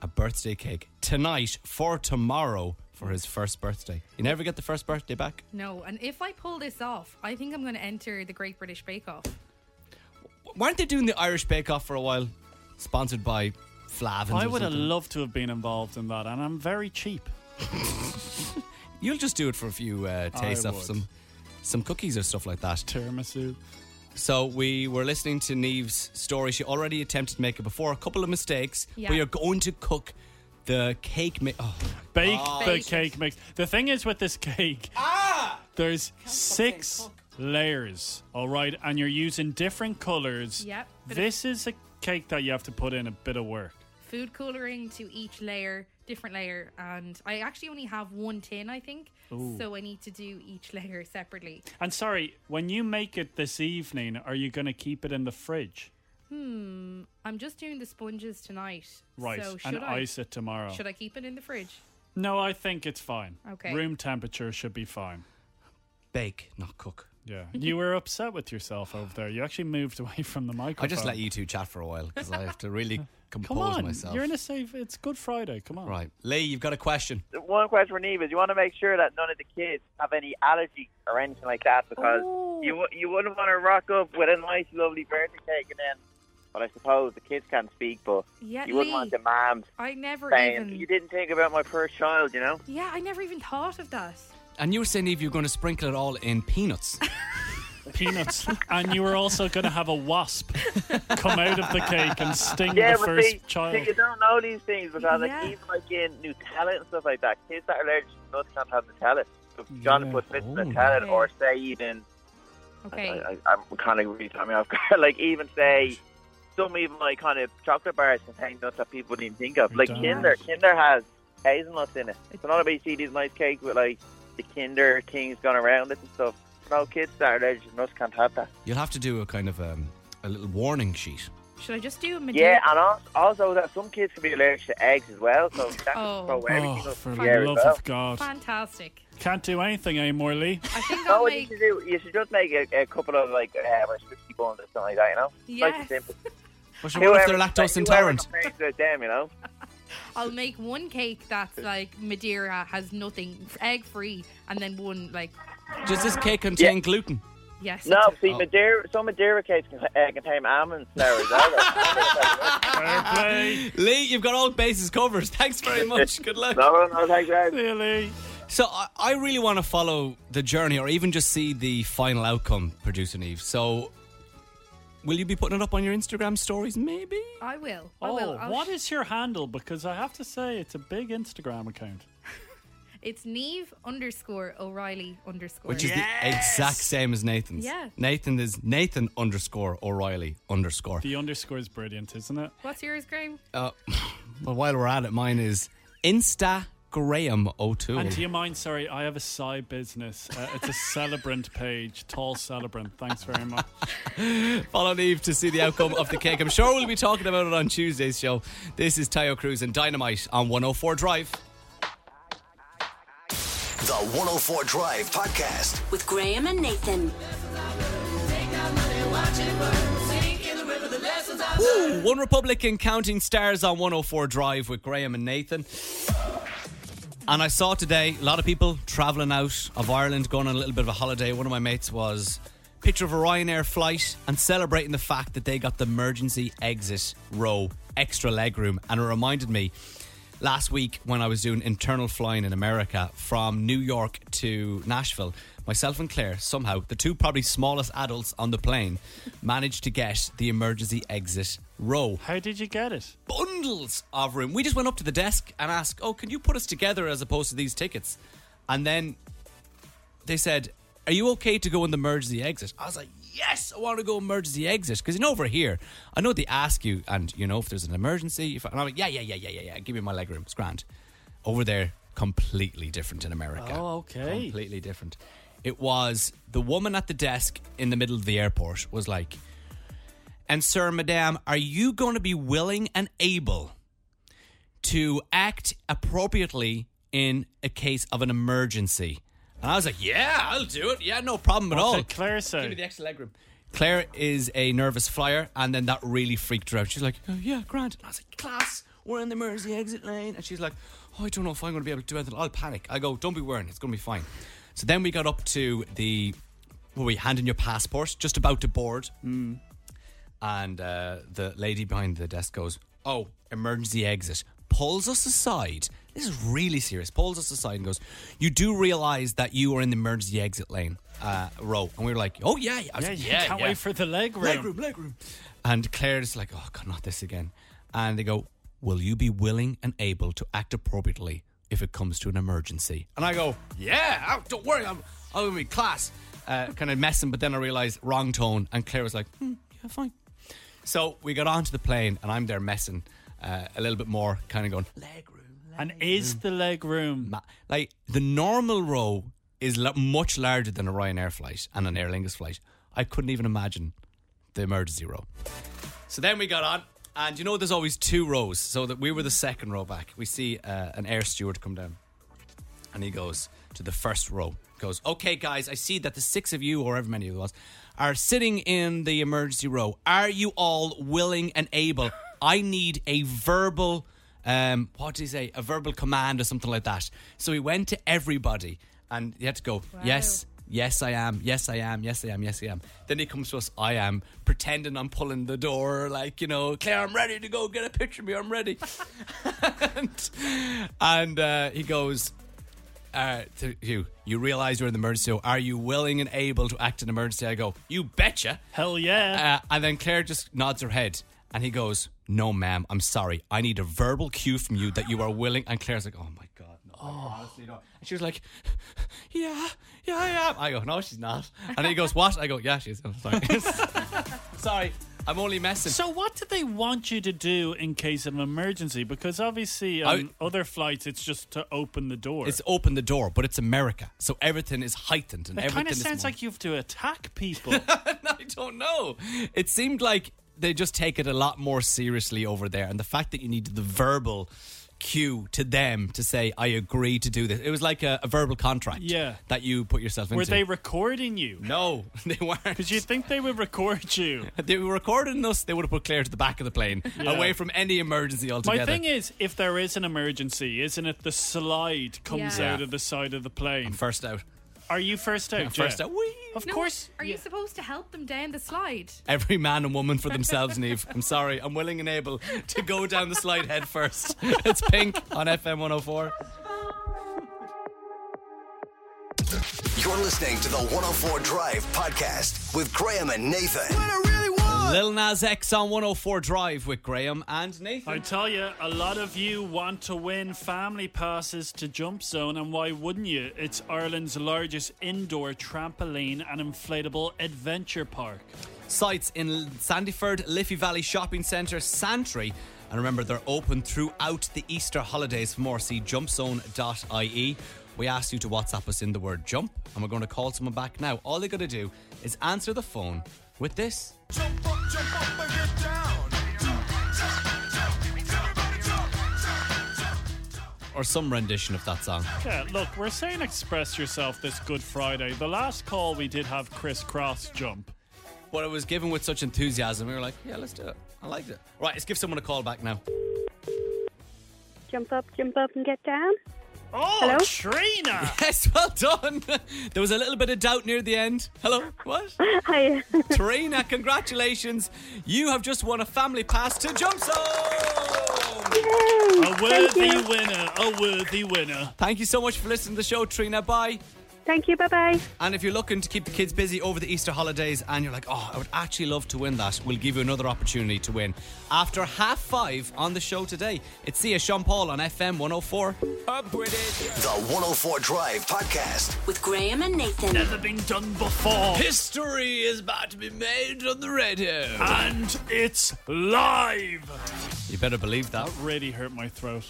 a birthday cake tonight for tomorrow for his first birthday. You never get the first birthday back?
No, and if I pull this off, I think I'm going to enter the Great British Bake Off.
Weren't they doing the Irish Bake Off for a while? Sponsored by Flavins.
I
or
would have
something.
loved to have been involved in that, and I'm very cheap.
You'll just do it for a few uh, tastes of
would.
some some cookies or stuff like that.
Tiramisu.
So we were listening to Neve's story. She already attempted to make it before. A couple of mistakes.
Yeah.
We are going to cook the cake. Mi- oh, Ah!
Bake the
Bake.
cake mix. The thing is with this cake, there's six layers, all right, and you're using different colors.
Yep. Bit of-
This is a cake that you have to put in a bit of work.
Food coloring to each layer, different layer, and I actually only have one tin, I think. So I need to do each layer separately.
And sorry, when you make it this evening, are you going to keep it in the fridge?
I'm just doing the sponges tonight.
Right,
So should
and
I?
ice it tomorrow.
Should I keep it in the fridge?
No, I think it's fine.
Okay.
Room temperature should be fine.
bake, not cook.
Yeah. <laughs> You were upset with yourself over there. You actually moved away from the microphone.
I just let you two chat for a while because I have to really compose
<laughs> Come on.
myself.
You're in a safe. It's Good Friday. Come on.
right, Lee, you've got a question.
One question for Neve is you want to make sure that none of the kids have any allergies or anything like that because Uh,
Oh,
you wou- you wouldn't want to rock up with a nice, lovely birthday cake and then. But I suppose the kids can't speak, but
Yeah,
you wouldn't
Lee.
want the mom
I never
saying
even.
you didn't think about my first child, you know.
Yeah, I never even thought of that.
And you were saying, Eve, you're going to sprinkle it all in
<laughs>
peanuts.
Peanuts. <laughs> and you were also going to have a wasp come out of the cake and sting
Yeah,
the
but
first
see, see,
child.
you don't know these things because like
Yeah.
even like in Nutella and stuff like that, kids that are allergic to nuts can't have Nutella. So if John
Yeah.
put fits in
Oh.
Nutella
Yeah.
or say even
Okay.
I, I, I'm kind of really I I've <laughs> got like even say some even like kind of chocolate bars contain nuts that people didn't think of. Like
Right.
Kinder, Kinder has hazelnuts in it. So not about you see these nice cakes with like the Kinder things going around it and stuff. No kids that are allergic to nuts can't have that.
You'll have to do a kind of um, a little warning sheet.
Should I just do a Medusa?
Yeah, and al- also that some kids can be allergic to eggs as well, so that
Oh.
can throw everything
Oh,
up
for
in
the
the air as
love
well.
of God.
Fantastic.
Can't do anything eh, anymore, <laughs> Lee.
<laughs>
I think
No,
I'll
what you
make.
should do, you should just make a, a couple of like uh, like crispy buns or something like that, you know. Nice
Yes.
and simple.
But what if they're
Whoever-
lactose
whoever
intolerant?
complains about them, you know.
I'll make one cake that's like Madeira has nothing, egg free, and then one like
Does this cake contain gluten?
yes.
No,
it's-
see,
Oh.
Madeira, some Madeira cakes can, uh, contain almond flour
<laughs>
as well.
Fair play.
Lee, you've got all bases covered. <laughs> Thanks very much. Good luck.
no, no, thanks, guys.
See you, Lee.
So I, I really want to follow the journey, or even just see the final outcome, producer Eve. So, will you be putting it up on your Instagram stories? Maybe.
I will. I
Oh,
will. I'll-
what is your handle? Because I have to say, it's a big Instagram account.
It's Neve underscore O'Reilly underscore.
Which is the exact same as Nathan's.
Yeah.
Nathan is Nathan underscore O'Reilly underscore.
The underscore is brilliant, isn't it?
What's yours, Graham?
Uh, <laughs> but while we're at it, mine is Insta Graham
And do
O'Toole.
you mind? Sorry, I have a side business. Uh, it's a celebrant page, tall celebrant. Thanks very much.
Follow Eve to see the outcome of the cake. I'm sure we'll be talking about it on Tuesday's show. This is Tayo Cruz and Dynamite on 104 Drive.
The 104 Drive Podcast.
With Graham and Nathan.
Ooh, One Republican counting stars on 104 Drive with Graham and Nathan. And I saw today a lot of people travelling out of Ireland, going on a little bit of a holiday. One of my mates was picture of a Ryanair flight and celebrating the fact that they got the emergency exit row extra legroom. And it reminded me last week when I was doing internal flying in America from New York to Nashville, myself and Claire, somehow, the two probably smallest adults on the plane, managed to get the emergency exit row.
How did you get it?
Bundles of room. We just went up to the desk and asked, Oh, can you put us together as opposed to these tickets? And then they said, Are you okay to go in the emergency exit? I was like, yes, I want to go emergency exit. Because, you know, over here, I know they ask you, and, you know, if there's an emergency, if, and I'm like, yeah, yeah, yeah, yeah, yeah, yeah, give me my leg room. It's grand. Over there, completely different in America.
Oh, okay.
Completely different. It was the woman at the desk in the middle of the airport was like, and sir, madame, are you going to be willing and able to act appropriately in a case of an emergency? And I was like, yeah, I'll do it. Yeah, no problem at
What's
all.
that Claire say?
Give me the extra leg room. Claire is a nervous flyer, and then that really freaked her out. She's like, oh, yeah, Grant. And I was like, class, we're in the Mersey exit lane. And she's like, oh, I don't know if I'm going to be able to do anything. I'll panic. I go, don't be worrying, it's going to be fine. So then we got up to the, were we handing your passport, just about to board. And uh, the lady behind the desk goes, Oh, emergency exit. Pulls us aside. This is really serious. Pulls us aside and goes, You do realize that you are in the emergency exit lane uh, row. And we were like, Oh, yeah. yeah. I was
Yeah,
like,
you can't wait for the leg room.
leg room, leg room. And Claire is like, Oh, God, not this again. And they go, Will you be willing and able to act appropriately if it comes to an emergency? And I go, Yeah, oh, don't worry. I'm, I'm going to be class. Uh, kind of messing, but then I realized wrong tone. And Claire was like, hmm, Yeah, fine. So we got onto the plane, and I'm there messing uh, a little bit more, kind of going leg room. Leg
And is the leg room?
ma- Like the normal row is la- much larger than a Ryanair flight and an Aer Lingus flight. I couldn't even imagine the emergency row. So then we got on, and you know, there's always two rows. So that we were the second row back. We see uh, an air steward come down, and he goes to the first row. Goes, okay, guys, I see that the six of you, or however many of us, are sitting in the emergency row. Are you all willing and able? I need a verbal, um, what did he say? A verbal command or something like that. So he went to everybody, and he had to go, yes, Yes, I am. Yes, I am. Yes, I am. Yes, I am. Then he comes to us. I am pretending I'm pulling the door, like you know, Claire, I'm ready to go. Get a picture of me. I'm ready. <laughs> and and uh, he goes, uh, to you. You realize you're in the emergency. So are you willing and able to act in emergency? I go, you betcha.
Hell yeah.
Uh, and then Claire just nods her head, and he goes, "No, ma'am, I'm sorry. I need a verbal cue from you that you are willing." And Claire's like, "Oh my god, no, oh. honestly not." And she was like, "Yeah, yeah, I am." I go, "No, she's not." And he goes, "What?" I go, "Yeah, she is." I'm sorry, <laughs> sorry, I'm only messing.
so what do they want you to do in case of an emergency? Because obviously on other flights, it's just to open the door.
it's open the door, but it's America, so everything is heightened and
it
everything.
kind of
is
sounds
more-
like you have to
<laughs>
attack people.
I don't know. It seemed like they just take it a lot more seriously over there. And the fact that you needed the verbal cue to them to say, I agree to do this, it was like a, a verbal contract
Yeah.
that you put yourself into.
Were they recording you?
no, <laughs> they weren't.
Because you think they would record you.
<laughs> If they were recording us, they would have put Claire to the back of the plane, away from any emergency altogether.
My thing is, if there is an emergency, isn't it the slide comes
Yeah.
out of the side of the plane?
First out.
Are you first out?
First
yeah?
out. Whee!
Of
No,
course.
Are you supposed to help them down the slide?
Every man and woman for themselves,
<laughs>
Neve. I'm sorry. I'm willing and able to go down the slide head first. It's Pink on FM 104.
You're listening to the 104 Drive Podcast with Graham and Nathan.
Lil Nas X on 104 Drive with Graham and Nathan.
I tell you, a lot of you want to win family passes to Jump Zone, and why wouldn't you? It's Ireland's largest indoor trampoline and inflatable adventure park.
Sites in Sandyford, Liffey Valley Shopping Centre, Santry. And remember, they're open throughout the Easter holidays. For more, see jumpzone.ie. E. We asked you to WhatsApp us in the word jump, and we're going to call someone back now. All they got to do is answer the phone with this.
Jump up, jump up and get down. Jump, jump, jump. Everybody jump, jump, jump, jump.
Or some rendition of that song.
Yeah, look, we're saying express yourself this Good Friday. The last call we did have crisscross jump.
But it was given with such enthusiasm. We were like, yeah, let's do it. I liked it. Right, let's give someone a call back now. <laughs>
Jump up, jump up, and get down. <laughs>
Oh,
Hello? <laughs>
Trina!
Yes, well done. <laughs> There was a little bit of doubt near the end. Hello, what?
Hi.
Tarina, congratulations. You have just won a family pass to Jump Zone.
Yay!
A
Thank
worthy
you.
winner, a worthy winner.
Thank you so much for listening to the show, Trina. Bye.
Thank you. Bye bye.
And if you're looking to keep the kids busy over the Easter holidays and you're like, oh, I would actually love to win that, we'll give you another opportunity to win. After half five on the show today, it's Sia Sean Paul on FM 104.
Up with it. The 104 Drive Podcast.
With Graham and Nathan.
Never been done before.
History is about to be made on the radio.
And it's live.
You better believe that.
That really hurt my throat.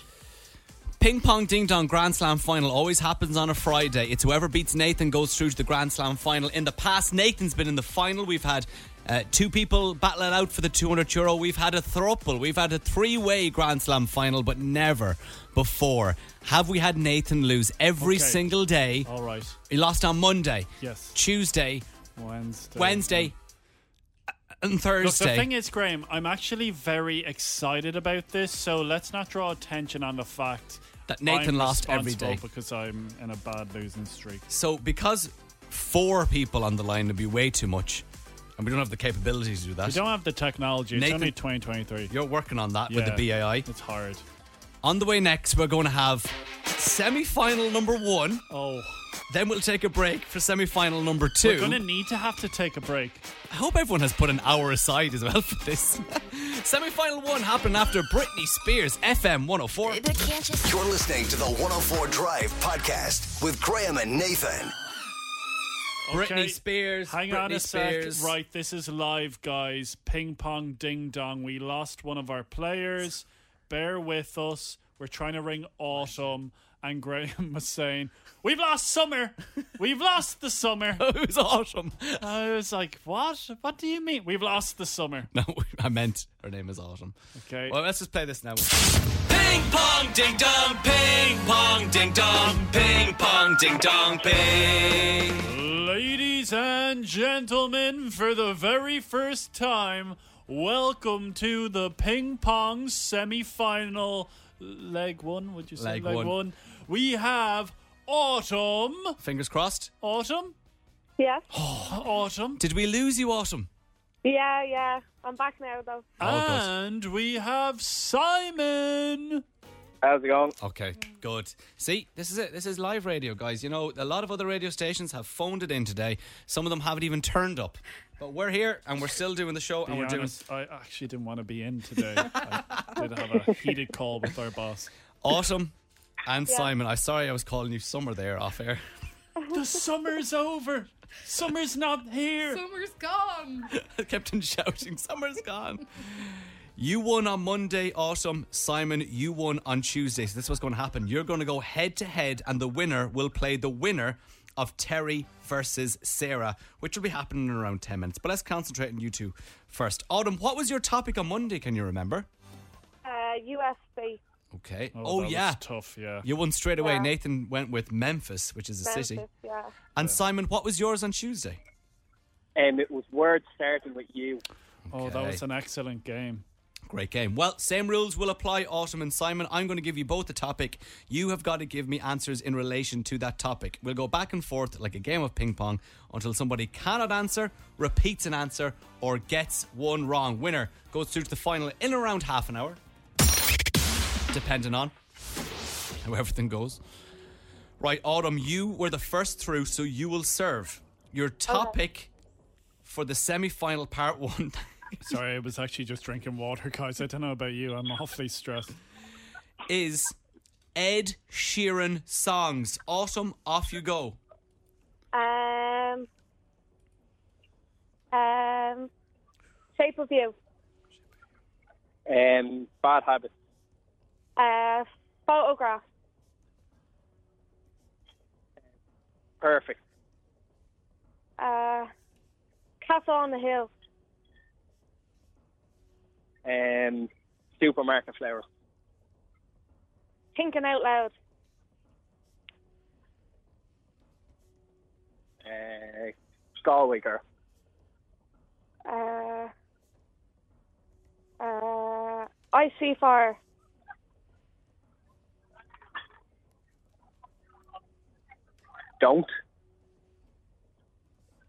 Ping Pong Ding Dong Grand Slam final always happens on a Friday. It's whoever beats Nathan goes through to the Grand Slam final. In the past, Nathan's been in the final. We've had uh, two people battle it out for the 200 euro. We've had a throuple. We've had a three way Grand Slam final, but never before have we had Nathan lose every
Okay.
single day.
All right.
He lost on Monday,
Yes.
Tuesday,
Wednesday.
Wednesday, uh, and Thursday.
Look, the thing is, Graham, I'm actually very excited about this, so let's not draw attention on the fact
That Nathan
I'm
lost every
responsible
day.
because I'm in a bad losing streak.
So, because four people on the line would be way too much, and we don't have the capability to do that.
We don't have the technology. It's
Nathan-
only 2023.
You're working on that with the
Yeah,
BAI.
It's hard.
On the way next, we're going to have semi final number one.
Oh.
Then we'll take a break for semi final number 2
We're going to need to have to take a break.
I hope everyone has put an hour aside as well <laughs> for this. semi final one happened after Britney Spears, FM 104.
You're listening to the 104 Drive Podcast with Graham and Nathan.
Britney Spears.
Hang
Britney
on a
Spears.
sec.
<laughs>
Right, this is live, guys. Ping pong, ding dong. We lost one of our players. Bear with us. We're trying to ring autumn, and Graham <laughs> was saying, "We've lost summer. We've lost the summer."
Who's Autumn?
I was like, "What? What do you mean? We've lost the summer?"
<laughs> No, I meant her name is Autumn.
Okay.
Well, let's just play this now. Ping pong ding dong, ping pong ding dong, ping pong ding dong, ping.
Ladies and gentlemen, for the very first time, welcome to the ping pong semi-final leg one. Would you say
Leg
leg,
one.
one. We have autumn.
Fingers crossed.
Autumn.
Yeah.
Autumn.
Did we lose you, Autumn?
Yeah, yeah. I'm back now though.
Oh, God.
and we have
Oh,
Simon.
How's it going?
Okay, good. See, this is it. This is live radio, guys. You know, a lot of other radio stations have phoned it in today. Some of them haven't even turned up. But we're here and we're still doing the show and
Be
we're doing
honest, I actually didn't want to be in today. I
<laughs>
did have a heated call with our boss.
Autumn and Simon. I'm sorry I was calling you Summer there off air.
The summer's over. Summer's not here.
Summer's gone.
<laughs> I kept on shouting, Summer's gone. You won on Monday, Autumn. Simon, you won on Tuesday. So this is what's going to happen. You're going to go head to head, and the winner will play the winner of Terry versus Sarah, which will be happening in around 10 minutes. But let's concentrate on you two first. Autumn, what was your topic on Monday? Can you remember?
Uh, USB.
Okay.
Oh,
Oh,
that was
yeah.
tough. Yeah.
You won straight away.
Yeah.
Nathan went with Memphis, which is a city.
Memphis, Yeah.
And Simon, what was yours on Tuesday?
Um, it was words starting with you.
Oh, that
Okay.
was an excellent game.
Great game. Well, same rules will apply, Autumn and Simon. I'm going to give you both a topic. You have got to give me answers in relation to that topic. We'll go back and forth like a game of ping pong until somebody cannot answer, repeats an answer, or gets one wrong. Winner goes through to the final in around half an hour, depending on how everything goes. Right, Autumn, you were the first through, so you will serve. Your topic for the semi final part <laughs> one.
Sorry, I was actually just drinking water, guys. I don't know about you. I'm awfully stressed.
is Ed Sheeran songs. Autumn, off you go.
Um. Um. Shape of You.
Um, bad habits.
Uh, photograph.
Perfect.
Uh, Castle on the Hill.
Um, supermarket flowers.
Thinking out loud.
Uh, Galway girl.
Uh. Uh. I see fire.
Don't.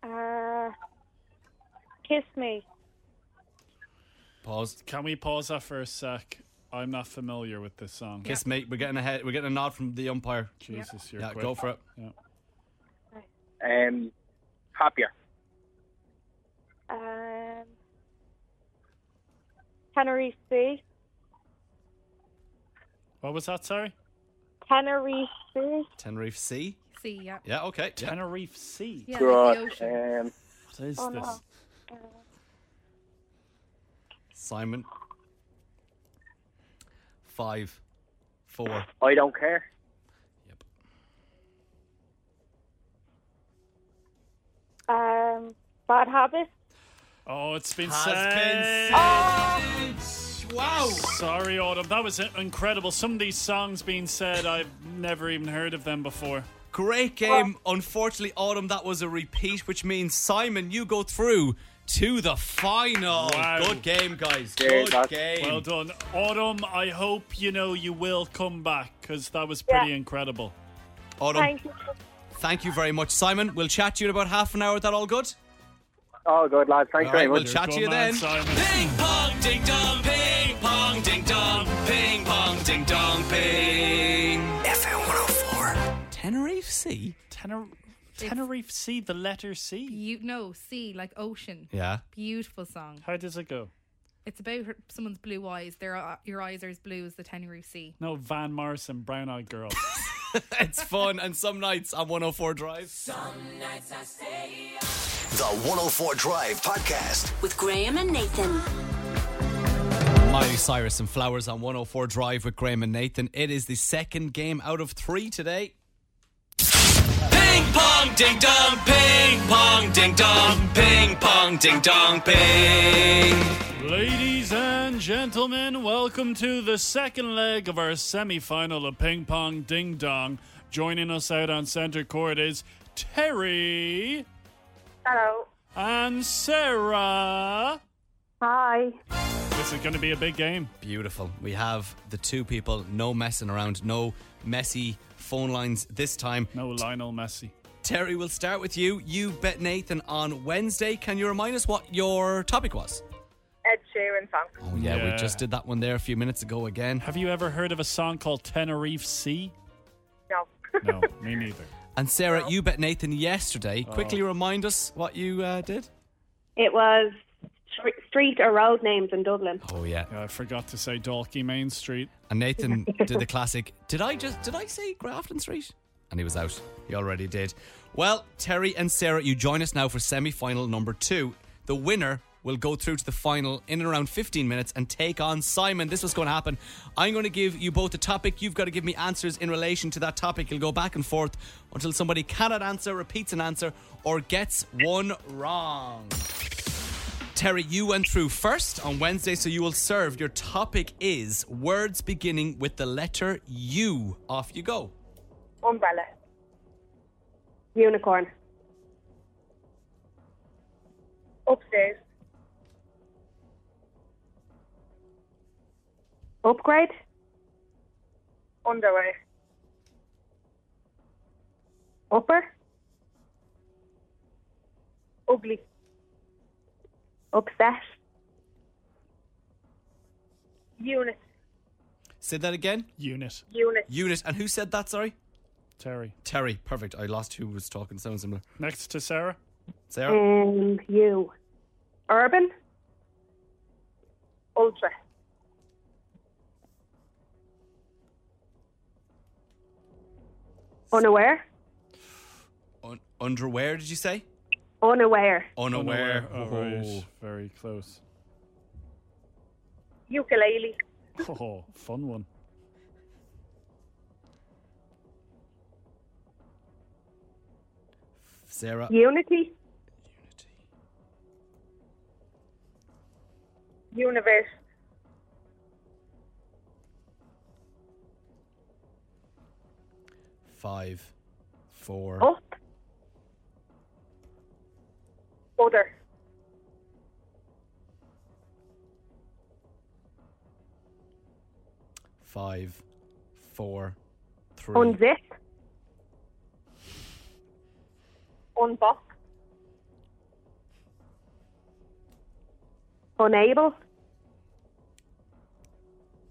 Uh. Kiss me.
Pause.
Can we pause that for a sec? I'm not familiar with this song.
Kiss me. We're getting a head. We're getting a nod from the umpire.
Jesus, you're
yeah,
quick.
go for it.
Yeah.
Right.
Um, happier.
Um, Tenerife Sea.
What was that, sorry?
Tenerife Sea.
Tenerife C.
See, yeah.
Yeah, okay.
Tenerife C.
Yeah,
Right,
like the ocean.
Um,
what is
Oh, no.
this?
Simon. Five, four.
I don't care.
Um, bad habits.
Oh, it's been
Has
said. Wow. Sorry, Autumn. That was incredible. Some of these songs being said, I've never even heard of them before.
Great game. Unfortunately, Autumn, that was a repeat, which means Simon, you go through to the final.
Wow.
Good game, guys.
Yeah,
Good
that's-
game.
Well done. Autumn, I hope you know you will come back because that was pretty incredible.
Autumn, thank
you.
very much, Simon. We'll chat to you in about half an hour. Is that all good?
Oh, good lad. Thanks
All
very
right,
much.
we'll chat to you then.
Ping pong ding dong, ping pong ding dong, ping pong ding dong, ping. FM 104.
Tenerife C?
Tenor- Tenerife C, the letter C.
You no sea like ocean.
Yeah.
Beautiful song.
How does it go?
It's about her, someone's blue eyes. Their uh, your eyes are as blue as the Tenerife Sea.
No, Van Morrison, Brown Eyed Girl.
<laughs> it's fun, and some nights on 104 Drive.
The 104 Drive Podcast.
With Graham and Nathan.
Miley Cyrus and Flowers on 104 Drive with Graham and Nathan. It is the second game out of three today.
Ping pong ding dong, ping pong ding dong, ping pong ding dong, ping.
Ladies and gentlemen, welcome to the second leg of our semi final of Ping Pong Ding Dong. Joining us out on center court is Terry.
Hello.
And Sarah.
Hi.
This is going to be a big game.
Beautiful. We have the two people, no messing around, no messy phone lines this time.
No Lionel Messi.
Terry, we'll start with you. You bet Nathan on Wednesday. Can you remind us what your topic was?
Ed Sheeran song.
Oh, yeah,
Yeah.
we just did that one there a few minutes ago again.
Have you ever heard of a song called Tenerife Sea?
<laughs>
No.
No, me neither.
And Sarah, you bet Nathan yesterday.
Oh.
Quickly remind us what you uh, did.
It was stre- street or road names in Dublin.
Oh, yeah.
I forgot to say Dalkey Main Street.
And Nathan did the classic. Did I just did I say Grafton Street? And he was out. He already did. Well, Terry and Sarah, you join us now for semi-final number two. The winner will go through to the final in and around 15 minutes and take on Simon. This was going to happen. I'm going to give you both a topic. You've got to give me answers in relation to that topic. You'll go back and forth until somebody cannot answer, repeats an answer, or gets one wrong. Terry, you went through first on Wednesday, so you will serve. Your topic is words beginning with the letter U. Off you go.
Umbrella.
Unicorn.
Upstairs.
Upgrade.
Underwear.
Upper.
Ugly.
Upset.
Unit.
Say that again.
Unit.
Unit.
Unit. And who said that, sorry?
Terry.
Terry. Perfect. I lost who was talking. Sounds similar.
Next to Sarah.
Sarah?
Um, you. Urban.
Ultra.
Unaware.
Un- underwear, did you say?
Unaware.
Unaware.
Unaware. Oh, right. Very close. <laughs>
Ukulele.
Oh, fun one. <laughs>
Sarah.
Unity.
Universe.
Five, four,
Oh.
Up. Other.
five, four, three.
Unzip.
Unbox.
Unable.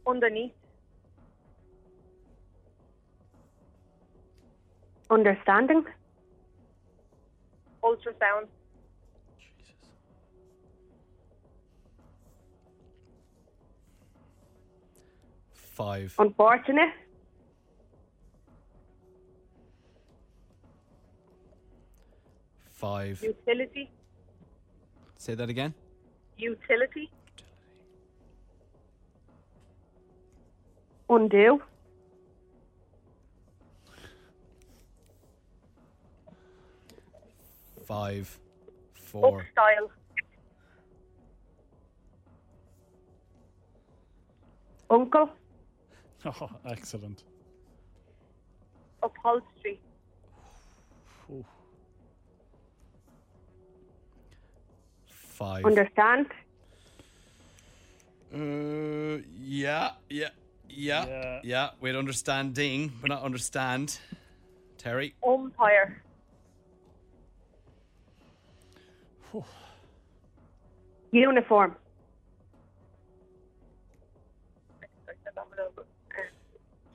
Underneath.
Understanding.
ultrasound,
Five.
Unfortunate.
Five.
utility,
Say that again.
utility,
Undo.
Five. Four.
Oh.
style,
Uncle.
Oh, excellent.
upholstery,
Five.
Understand.
Uh, yeah, yeah, yeah, yeah. We'd understand ding, but not understand. Terry.
umpire,
Uniform.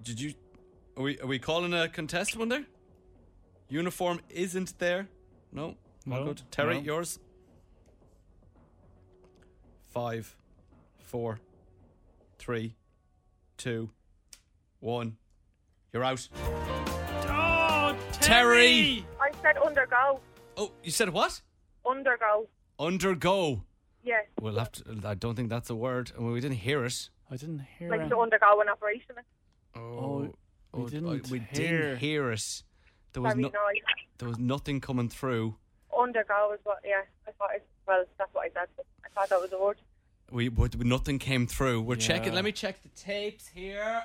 Did you? Are we are we calling a contest one there? Uniform isn't there. No, not
No,
good. Terry,
no.
yours. Five, four, three, two, one. You're out.
Oh,
Terry!
I said undergo,
Oh, you said what?
undergo.
Undergo.
Yes,
We'll have to. I don't think that's a word. Well, we didn't hear it. I didn't hear
like to undergo an operation.
Oh,
we
oh,
didn't
we
hear.
didn't hear it. There was
Sorry,
no,
no, I,
there was nothing coming through.
undergo is what. Yeah, I thought. It, well, that's what I said. but I thought that was a word.
We but nothing came through. We're checking.
Yeah.
Let me check the tapes here.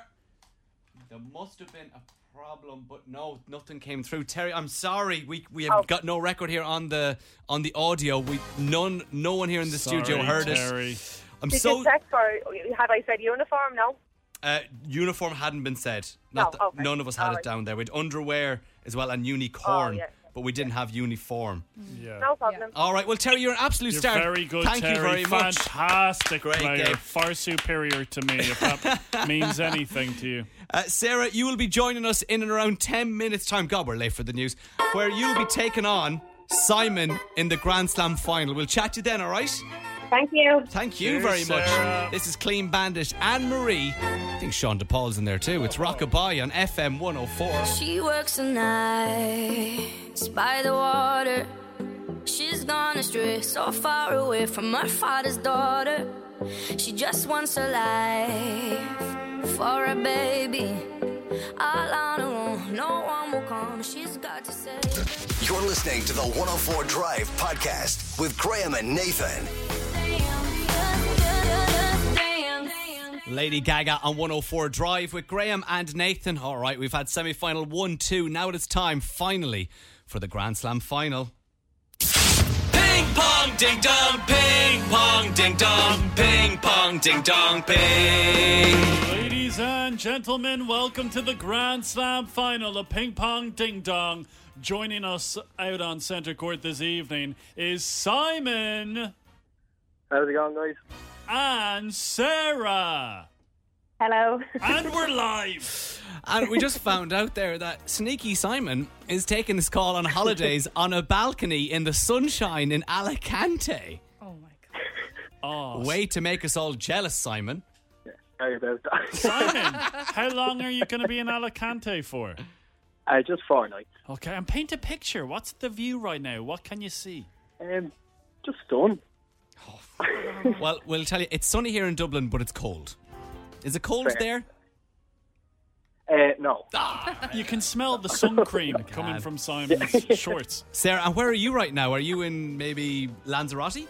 There must have been a problem, but no, nothing came through. Terry, I'm sorry. We we
Oh.
have got no record here on the on the audio. We none no one here in the studio
Sorry,
heard
Terry.
it. I'm
Did
so
you check or had I said uniform? No.
uh, uniform hadn't been said. Not
No,
that-
okay.
None of us had it
Alright.
down there. We'd underwear as well and unicorn,
Oh, yeah.
but we didn't have uniform.
Yeah.
No problem.
All right. Well, Terry, you're an absolute
You're
star.
very good,
Thank
Terry.
you very much.
Fantastic
Great
player.
game.
Far superior to me, if
<laughs>
that means anything to you.
Uh, Sarah, you will be joining us in and around 10 minutes' time. God, we're late for the news. Where you'll be taking on Simon in the Grand Slam final. We'll chat to you then, all right?
Thank you.
Thank you
Cheers,
very much.
Sarah.
This is Clean Bandit. Anne Marie. I think Sean DePaul's in there too. It's Rockabye on FM 104.
She works the nights by the water. She's gone astray, so far away from her father's daughter. She just wants her life for a baby. All on her own, no one will come. She's got to say.
You're listening to the 104 Drive Podcast with Graham and Nathan.
Lady Gaga on 104 Drive with Graham and Nathan. All right, we've had semi final 1 2. Now it is time, finally, for the Grand Slam final.
Ping pong ding dong ping pong ding dong ping pong ding dong ping.
Ladies and gentlemen, welcome to the Grand Slam final of Ping Pong Ding Dong. Joining us out on centre court this evening is Simon
How's it going, guys?
and Sarah.
Hello.
And we're live.
And we just found out there that Sneaky Simon is taking this call
<laughs>
on holidays on a balcony in the sunshine in Alicante.
Oh,
Way to make us all jealous, Simon.
Sorry about that.
Simon, how long are you going to be in Alicante for?
<laughs> Uh, just four nights.
Okay, and paint a picture. What's the view right now? What can you see?
Um, just done.
well, we'll tell you, it's sunny here in Dublin, but it's cold. Is it cold
Fair.
there?
Uh, no.
You can smell the sun cream coming from Simon's shorts.
Sarah, and where are you right now? Are you in maybe Lanzarote?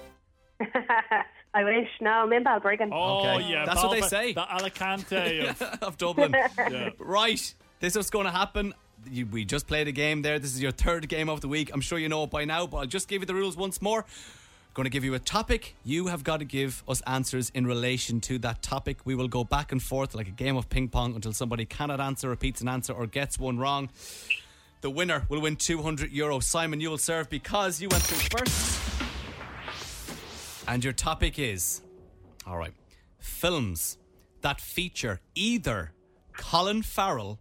<laughs> I wish. No, I'm in Balbriggan.
Oh
Okay.
yeah,
That's what they
Balba-
say. <laughs>
The Alicante of
of Dublin.
Yeah.
Right, this is what's going to happen. You, we just played a game there. This is your third game of the week. I'm sure you know it by now, but I'll just give you the rules once more. Going to give you a topic. You have got to give us answers in relation to that topic. We will go back and forth like a game of ping pong until somebody cannot answer, repeats an answer, or gets one wrong. The winner will win 200 euro. Simon, you will serve because you went through first. And your topic is all right, films that feature either Colin Farrell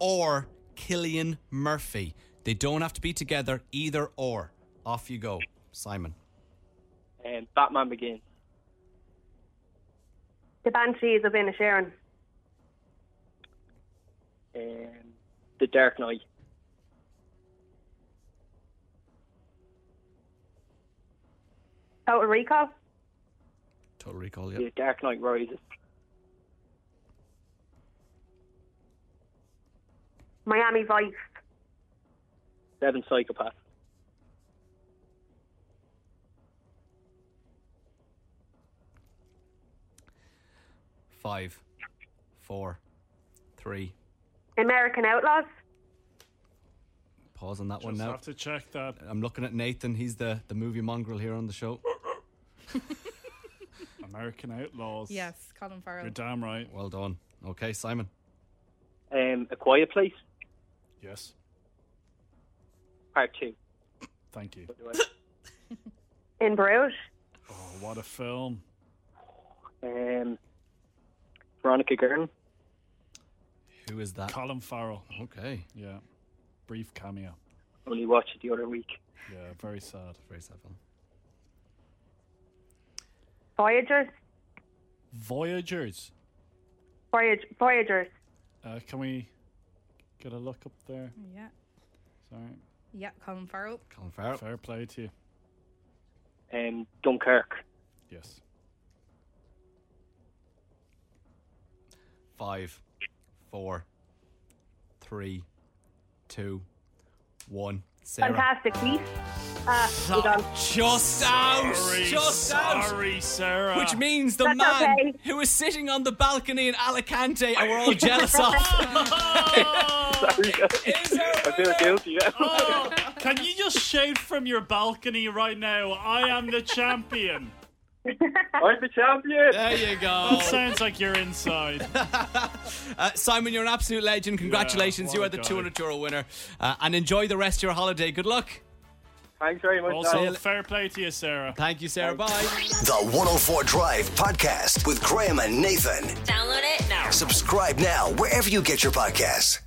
or Killian Murphy. They don't have to be together, either or. Off you go, Simon.
And Batman Begins.
The Banshees of Inisherin.
Um, the Dark Knight.
Total Recall.
Total Recall,
The Dark Knight Rises.
Miami Vice.
Seven Psychopaths.
Five, four, three.
American Outlaws.
Pause on that one
Just
now.
have to check that.
I'm looking at Nathan. He's the, the movie mongrel here on the show.
American Outlaws.
Yes, Colin Farrell.
You're damn right.
Well done. Okay, Simon.
Um, A Quiet Place.
Yes.
Part 2.
Thank you.
In Bruges.
Oh, what a film.
Um, Veronica Guerin.
Who is that?
Colin Farrell.
Okay.
Yeah. Brief cameo.
Only watched it the other week.
Yeah, very sad.
Very sad film.
Voyagers.
Voyagers.
Voyage, Voyagers.
Uh, can we get a look up there?
Yeah.
Sorry.
Yeah, Colin Farrell.
Colin Farrell.
Fair play to you.
Um, Dunkirk.
Yes.
Five, four, three, two, one. Sarah.
Fantastic Beasts. Ah,
So- Just out.
Sorry,
Just out.
sorry, Sarah. <laughs>
Which means the
That's
man
okay.
who was sitting on the balcony in Alicante and we're all jealous
<laughs>
of.
I feel guilty. Yeah.
Oh, can you just shout from your balcony right now? I am the champion.
I'm the champion.
There you go.
<laughs> That sounds like you're inside.
Uh, Simon, you're an absolute legend. Congratulations.
Yeah,
you
what
are the
a guy.
200 euro winner. Uh, and enjoy the rest of your holiday. Good luck.
Thanks very much.
Also,
Dan.
fair play to you, Sarah.
Thank you, Sarah. Bye.
The 104 Drive Podcast with Graham and Nathan.
Download it now.
Subscribe now wherever you get your podcasts.